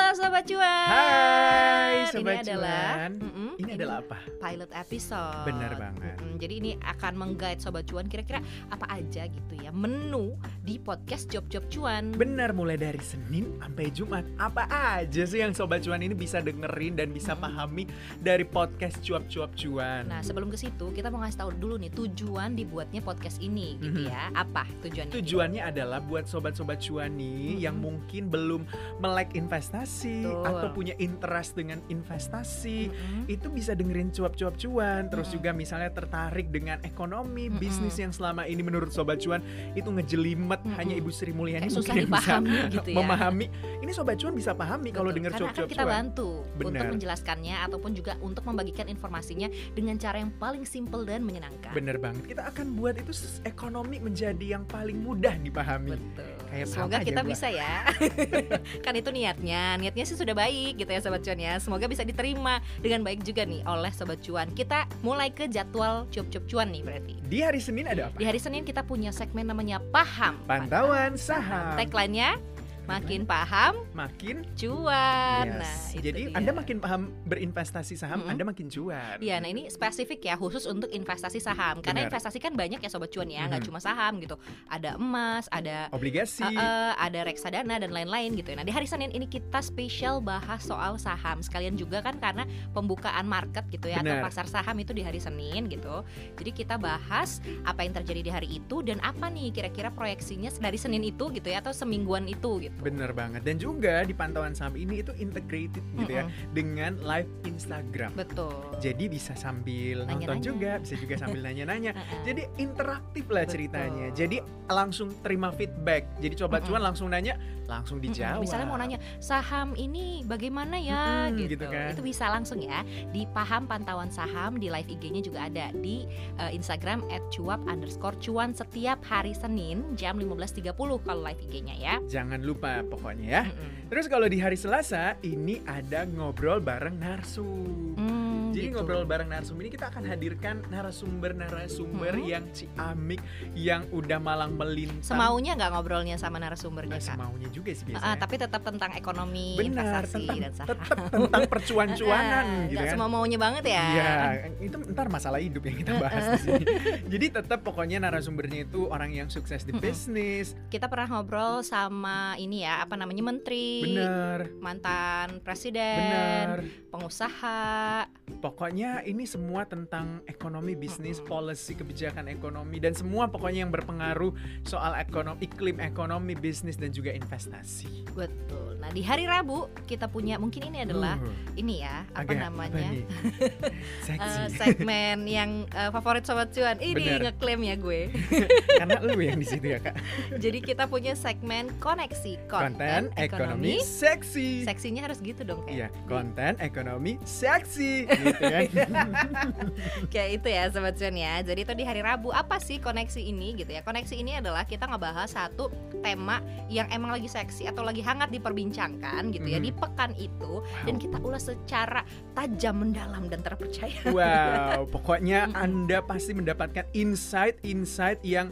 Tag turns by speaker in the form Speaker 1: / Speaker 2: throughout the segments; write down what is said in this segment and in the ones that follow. Speaker 1: cuan.
Speaker 2: Hai,
Speaker 1: ini
Speaker 2: Sobat
Speaker 1: adalah
Speaker 2: Cuan.
Speaker 1: Mm-mm,
Speaker 2: Ini adalah apa?
Speaker 1: pilot episode.
Speaker 2: Benar banget.
Speaker 1: Mm-mm, jadi ini akan menggait sobat cuan kira-kira apa aja gitu ya menu di podcast job-job cuan.
Speaker 2: Benar mulai dari Senin sampai Jumat. Apa aja sih yang sobat cuan ini bisa dengerin dan bisa
Speaker 1: Mm.
Speaker 2: pahami dari podcast cuap-cuap cuan?
Speaker 1: Nah, sebelum ke situ, kita mau ngasih tahu dulu nih tujuan dibuatnya podcast ini gitu
Speaker 2: Mhm.
Speaker 1: ya. Apa tujuannya?
Speaker 2: Tujuannya adalah buat sobat-sobat cuan nih
Speaker 1: Mm-mm.
Speaker 2: yang mungkin belum melek investasi
Speaker 1: Hmm. Betul.
Speaker 2: atau punya interest dengan investasi.
Speaker 1: Mm-mm.
Speaker 2: Itu bisa dengerin cuap-cuap cuan, terus
Speaker 1: Mm-mm.
Speaker 2: juga misalnya tertarik dengan ekonomi,
Speaker 1: Mm-mm.
Speaker 2: bisnis yang selama ini menurut sobat cuan itu ngejelimet
Speaker 1: Mm-mm.
Speaker 2: hanya Ibu Sri
Speaker 1: Hmm. Kayak
Speaker 2: Mulyani mungkin
Speaker 1: susah
Speaker 2: yang bisa
Speaker 1: dipahami gitu ya.
Speaker 2: memahami. Ini sobat cuan bisa pahami kalau
Speaker 1: Betul,
Speaker 2: dengar
Speaker 1: karena akan
Speaker 2: cuap-cuap
Speaker 1: kita
Speaker 2: cuan.
Speaker 1: bantu untuk
Speaker 2: Benar.
Speaker 1: menjelaskannya ataupun juga untuk membagikan informasinya dengan cara yang paling simpel dan menyenangkan.
Speaker 2: Bener banget. Kita akan buat itu s- ekonomi menjadi yang paling mudah dipahami.
Speaker 1: Betul.
Speaker 2: Kayak
Speaker 1: Semoga
Speaker 2: paham aja
Speaker 1: kita
Speaker 2: gua.
Speaker 1: bisa ya. kan itu niatnya. Niatnya sih sudah baik gitu ya sobat cuan ya. Semoga bisa diterima dengan baik juga nih oleh sobat cuan. Kita mulai ke jadwal cuap-cuap cuan nih berarti.
Speaker 2: Di hari Senin ada
Speaker 1: Di
Speaker 2: apa?
Speaker 1: hari Senin kita punya segmen namanya Paham.
Speaker 2: Pantauan
Speaker 1: Paham.
Speaker 2: saham.
Speaker 1: Tagline-nya makin paham
Speaker 2: Makin
Speaker 1: cuan.
Speaker 2: yes.
Speaker 1: Nah, itu
Speaker 2: Jadi
Speaker 1: dia.
Speaker 2: Anda makin paham berinvestasi saham,
Speaker 1: Mm-mm.
Speaker 2: Anda makin cuan.
Speaker 1: Iya, nah ini spesifik ya khusus untuk investasi saham. Karena
Speaker 2: Benar.
Speaker 1: investasi kan banyak ya sobat cuan ya, nggak
Speaker 2: Mhm.
Speaker 1: cuma saham gitu. Ada emas, ada
Speaker 2: Obligasi.
Speaker 1: eh, eh, ada reksadana dan lain-lain gitu ya. Nah, di hari Senin ini kita spesial bahas soal saham. Sekalian juga kan karena pembukaan market gitu ya atau
Speaker 2: Benar.
Speaker 1: pasar saham itu di hari Senin gitu. Jadi kita bahas apa yang terjadi di hari itu dan apa nih kira-kira proyeksinya dari Senin itu gitu ya atau semingguan itu gitu.
Speaker 2: Bener banget. Dan juga di pantauan saham ini itu integrated gitu ya
Speaker 1: Mm-mm,
Speaker 2: dengan live Instagram.
Speaker 1: Betul.
Speaker 2: Jadi bisa sambil nonton
Speaker 1: Nanya-nanya.
Speaker 2: juga, bisa juga sambil nanya-nanya.
Speaker 1: Heeh.
Speaker 2: Jadi interaktif lah ceritanya.
Speaker 1: Betul.
Speaker 2: Jadi langsung terima feedback. Jadi coba
Speaker 1: Mm-mm.
Speaker 2: cuan langsung nanya, langsung dijawab.
Speaker 1: Mm-mm. Misalnya mau nanya saham ini bagaimana ya
Speaker 2: Mm-mm,
Speaker 1: gitu.
Speaker 2: gitu kan.
Speaker 1: Itu bisa langsung ya di paham pantauan saham di live IG-nya juga ada di eh, Instagram @cuap underscore cuan setiap hari Senin jam 15.30 kalau live IG-nya ya.
Speaker 2: Jangan lupa pokoknya ya.
Speaker 1: Mm-mm.
Speaker 2: Terus kalau di hari Selasa ini ada ngobrol bareng narsum.
Speaker 1: Mm,
Speaker 2: Jadi
Speaker 1: gitu.
Speaker 2: ngobrol bareng narsum ini kita akan hadirkan narasumber-narasumber
Speaker 1: Hmm.
Speaker 2: yang ciamik, yang udah malang melintang.
Speaker 1: semaunya nggak ngobrolnya sama narasumbernya
Speaker 2: Eh,
Speaker 1: ya, kak.
Speaker 2: semaunya juga sih
Speaker 1: Ah,
Speaker 2: biasanya.
Speaker 1: tapi tetap tentang ekonomi,
Speaker 2: Benar,
Speaker 1: investasi
Speaker 2: tentang-
Speaker 1: dan saham.
Speaker 2: Tetap tentang percuan-cuanan
Speaker 1: Ah,
Speaker 2: gitu
Speaker 1: nggak
Speaker 2: kan.
Speaker 1: semua maunya banget ya.
Speaker 2: Iya, itu ntar masalah hidup yang kita bahas di sini. Jadi tetap pokoknya narasumbernya itu orang yang sukses di
Speaker 1: Mm-mm.
Speaker 2: bisnis,
Speaker 1: Kita pernah ngobrol sama ini ya, apa namanya menteri,
Speaker 2: bener,
Speaker 1: mantan presiden,
Speaker 2: bener.
Speaker 1: pengusaha.
Speaker 2: Pokoknya ini semua tentang ekonomi, bisnis,
Speaker 1: Mm-mm.
Speaker 2: policy, kebijakan ekonomi dan semua pokoknya yang berpengaruh soal ekonomi, iklim ekonomi, bisnis dan juga investasi.
Speaker 1: Betul. Nah, di hari Rabu kita punya mungkin ini adalah
Speaker 2: Uh,
Speaker 1: ini ya, apa
Speaker 2: agak
Speaker 1: namanya?
Speaker 2: nih? Seksi.
Speaker 1: eh, segmen yang eh, favorit sobat cuan. Ini
Speaker 2: Benar.
Speaker 1: ngeklaim ya gue.
Speaker 2: Karena lu yang di situ ya, Kak.
Speaker 1: Jadi kita punya segmen koneksi
Speaker 2: Konten ekonomi seksi.
Speaker 1: Seksinya harus gitu dong kayak.
Speaker 2: Iya, konten ekonomi seksi gitu kan.
Speaker 1: Kayak itu ya sobat cuan ya. Jadi itu di hari Rabu apa sih koneksi ini gitu ya? Koneksi ini adalah kita ngebahas satu tema yang emang lagi seksi atau lagi hangat diperbincangkan gitu ya
Speaker 2: Mhm.
Speaker 1: di pekan itu dan kita ulas secara tajam mendalam dan terpercaya.
Speaker 2: Wow, pokoknya
Speaker 1: Mm-mm.
Speaker 2: Anda pasti mendapatkan insight-insight yang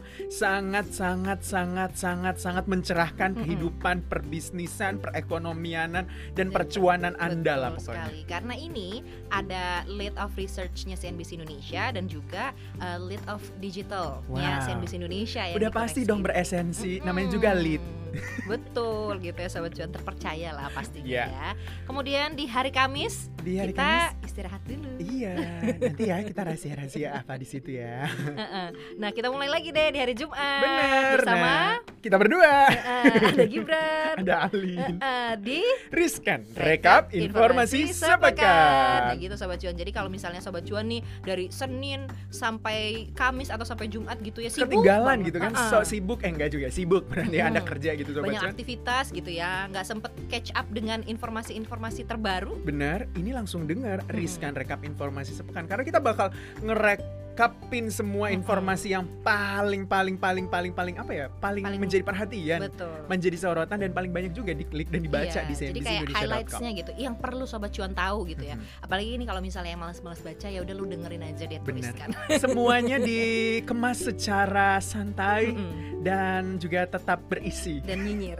Speaker 2: sangat-sangat-sangat-sangat-sangat mencerahkan
Speaker 1: Mm-mm.
Speaker 2: kehidupan perbisnisan, perekonomianan, dan
Speaker 1: Dan-
Speaker 2: percuanan Anda lah
Speaker 1: Iya, Betul
Speaker 2: pokoknya.
Speaker 1: sekali. Iya, Karena ini ada lead of research-nya CNBC Indonesia dan juga uh, lead of digital
Speaker 2: Wow.
Speaker 1: CNBC Indonesia ya.
Speaker 2: Udah pasti dong beresensi, namanya juga lead.
Speaker 1: Betul gitu ya sobat cuan terpercaya lah pastinya
Speaker 2: Iya.
Speaker 1: ya. Kemudian di hari Kamis
Speaker 2: Di hari
Speaker 1: kita
Speaker 2: Kamis,
Speaker 1: istirahat dulu.
Speaker 2: iya, nanti ya kita rahasia-rahasia apa di situ ya.
Speaker 1: Heeh. nah kita mulai lagi deh di hari Jumat
Speaker 2: Bener.
Speaker 1: bersama
Speaker 2: Nah, kita berdua
Speaker 1: eh, ada Gibran.
Speaker 2: ada Alin.
Speaker 1: eh, di
Speaker 2: Riskan rekap informasi
Speaker 1: Nah
Speaker 2: sepekan.
Speaker 1: gitu Sobat Cuan Jadi kalau misalnya Sobat Cuan nih Dari Senin sampai Kamis atau sampai Jumat gitu ya Sibuk
Speaker 2: Ketinggalan
Speaker 1: banget.
Speaker 2: gitu kan,
Speaker 1: Ah-ah.
Speaker 2: sok sibuk eh enggak juga sibuk berarti Anda
Speaker 1: Mm-mm.
Speaker 2: kerja gitu sobat
Speaker 1: Banyak
Speaker 2: cuan.
Speaker 1: aktivitas gitu ya nggak sempet catch up dengan informasi-informasi terbaru
Speaker 2: Benar, ini langsung dengar Riskan Rekap Informasi Sepekan Karena kita bakal ngerek ngungkapin semua
Speaker 1: Mm-mm.
Speaker 2: informasi yang paling paling paling paling paling apa ya paling,
Speaker 1: Paling-
Speaker 2: menjadi perhatian
Speaker 1: Betul.
Speaker 2: menjadi sorotan dan paling banyak juga diklik dan
Speaker 1: Iya,
Speaker 2: dibaca di
Speaker 1: Jadi kayak
Speaker 2: cnbcindonesia.com
Speaker 1: highlightsnya gitu, yang perlu sobat cuan tahu gitu ya.
Speaker 2: Mhm.
Speaker 1: Apalagi ini kalau misalnya yang malas-malas baca ya udah lu dengerin aja dia
Speaker 2: Bener.
Speaker 1: tuliskan.
Speaker 2: semuanya dikemas secara santai
Speaker 1: Mm-mm.
Speaker 2: dan juga tetap berisi
Speaker 1: dan nyinyir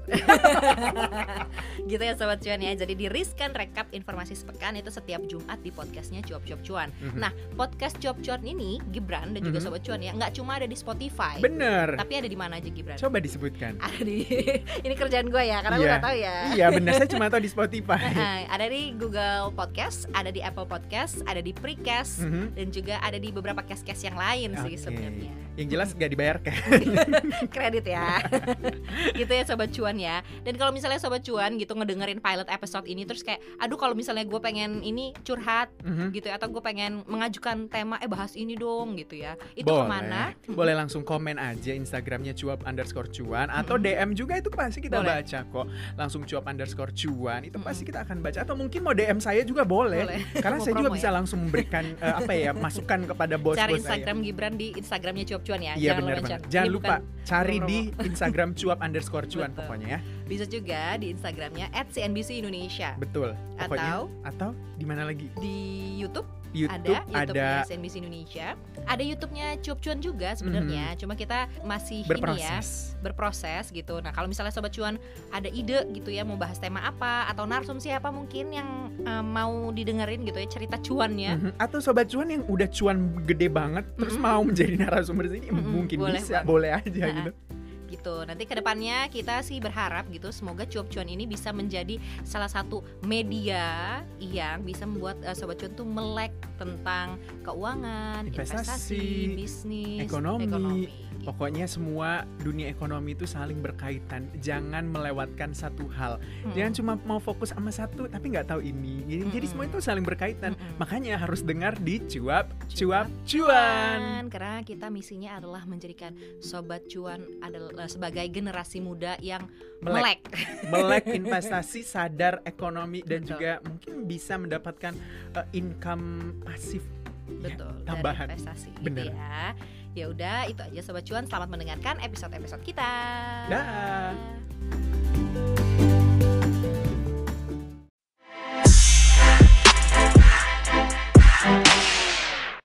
Speaker 1: gitu ya sobat cuan ya jadi di riskan rekap informasi sepekan itu setiap Jumat di podcastnya cuap cuap cuan
Speaker 2: Mhm.
Speaker 1: nah podcast cuap cuan ini Gibran dan juga
Speaker 2: Mhm.
Speaker 1: sobat cuan ya nggak cuma ada di Spotify
Speaker 2: bener
Speaker 1: tapi ada di mana aja Gibran
Speaker 2: coba disebutkan
Speaker 1: ada di ini kerjaan gue ya karena gue
Speaker 2: Iya.
Speaker 1: nggak tahu ya
Speaker 2: iya bener saya cuma tahu di spotify
Speaker 1: Nah, ada di Google Podcast ada di Apple Podcast ada di Precast
Speaker 2: Mhm.
Speaker 1: dan juga ada di beberapa cast-cast yang lain sih
Speaker 2: Oke.
Speaker 1: sebenarnya
Speaker 2: yang jelas kan? gak dibayarkan
Speaker 1: kredit ya gitu ya sobat cuan ya dan kalau misalnya sobat cuan gitu ngedengerin pilot episode ini terus kayak aduh kalau misalnya gue pengen ini curhat
Speaker 2: Mhm.
Speaker 1: gitu ya atau gue pengen mengajukan tema eh bahas ini dong gitu ya itu
Speaker 2: boleh.
Speaker 1: kemana
Speaker 2: Boleh langsung komen aja Instagramnya cuap underscore cuan Atau
Speaker 1: Mm-mm.
Speaker 2: DM juga itu pasti kita
Speaker 1: Mm-hmm. Boleh.
Speaker 2: baca kok Langsung cuap underscore cuan Itu pasti
Speaker 1: Mm-mm.
Speaker 2: kita akan baca Atau mungkin mau DM saya juga boleh,
Speaker 1: boleh
Speaker 2: Karena
Speaker 1: Mau
Speaker 2: saya juga
Speaker 1: promo ya?
Speaker 2: bisa langsung memberikan eh, Apa ya, masukan kepada bos-bos
Speaker 1: cari
Speaker 2: saya
Speaker 1: Instagram Gibran di Instagramnya cuap cuan ya
Speaker 2: Iya
Speaker 1: jangan
Speaker 2: benar
Speaker 1: lupa
Speaker 2: banget. Jangan lupa cari
Speaker 1: bukan
Speaker 2: di Instagram cuap underscore cuan
Speaker 1: Betul.
Speaker 2: pokoknya ya.
Speaker 1: bisa juga di Instagramnya at CNBC Indonesia
Speaker 2: Betul. Pokoknya
Speaker 1: atau
Speaker 2: atau di mana lagi?
Speaker 1: di YouTube,
Speaker 2: Di YouTube
Speaker 1: ada
Speaker 2: ada,
Speaker 1: YouTube-nya CNBC Indonesia ada YouTube-nya cuap cuan juga sebenarnya cuma kita masih ini ya
Speaker 2: Hmm. berproses.
Speaker 1: berproses gitu. Nah, kalau misalnya sobat cuan ada ide gitu ya mau bahas tema apa atau narsum siapa mungkin yang eh, mau didengerin gitu ya cerita cuannya.
Speaker 2: Mhm. Atau sobat cuan yang udah cuan gede banget terus
Speaker 1: Mm-mm.
Speaker 2: mau menjadi narasumber sini
Speaker 1: Mm-mm,
Speaker 2: mungkin
Speaker 1: boleh
Speaker 2: bisa,
Speaker 1: banget.
Speaker 2: boleh aja
Speaker 1: Ha-ha.
Speaker 2: gitu.
Speaker 1: gitu. Nanti kedepannya kita sih berharap gitu semoga cuap cuan ini bisa menjadi salah satu media yang bisa membuat eh, sobat cuan tuh melek tentang keuangan, investasi,
Speaker 2: Investasi,
Speaker 1: bisnis,
Speaker 2: ekonomi.
Speaker 1: ekonomi gitu.
Speaker 2: Pokoknya semua dunia ekonomi itu saling berkaitan. Jangan melewatkan satu hal.
Speaker 1: Mm,
Speaker 2: Jangan cuma mau fokus sama satu tapi nggak tahu ini. Jadi, jadi
Speaker 1: Mm-mm.
Speaker 2: semua itu saling berkaitan.
Speaker 1: Mm-mm.
Speaker 2: Makanya harus dengar di cuap
Speaker 1: Cuap
Speaker 2: cuap cuan.
Speaker 1: Cuan, karena kita misinya adalah menjadikan sobat cuan adalah eh, sebagai generasi muda yang
Speaker 2: Melek.
Speaker 1: melek.
Speaker 2: melek investasi, sadar ekonomi dan
Speaker 1: Betul.
Speaker 2: juga mungkin bisa mendapatkan uh, income pasif. Ya,
Speaker 1: Betul. dari
Speaker 2: tambahan.
Speaker 1: investasi
Speaker 2: Bener.
Speaker 1: gitu ya. Ya udah itu aja sobat cuan, selamat mendengarkan episode-episode kita.
Speaker 2: Dah.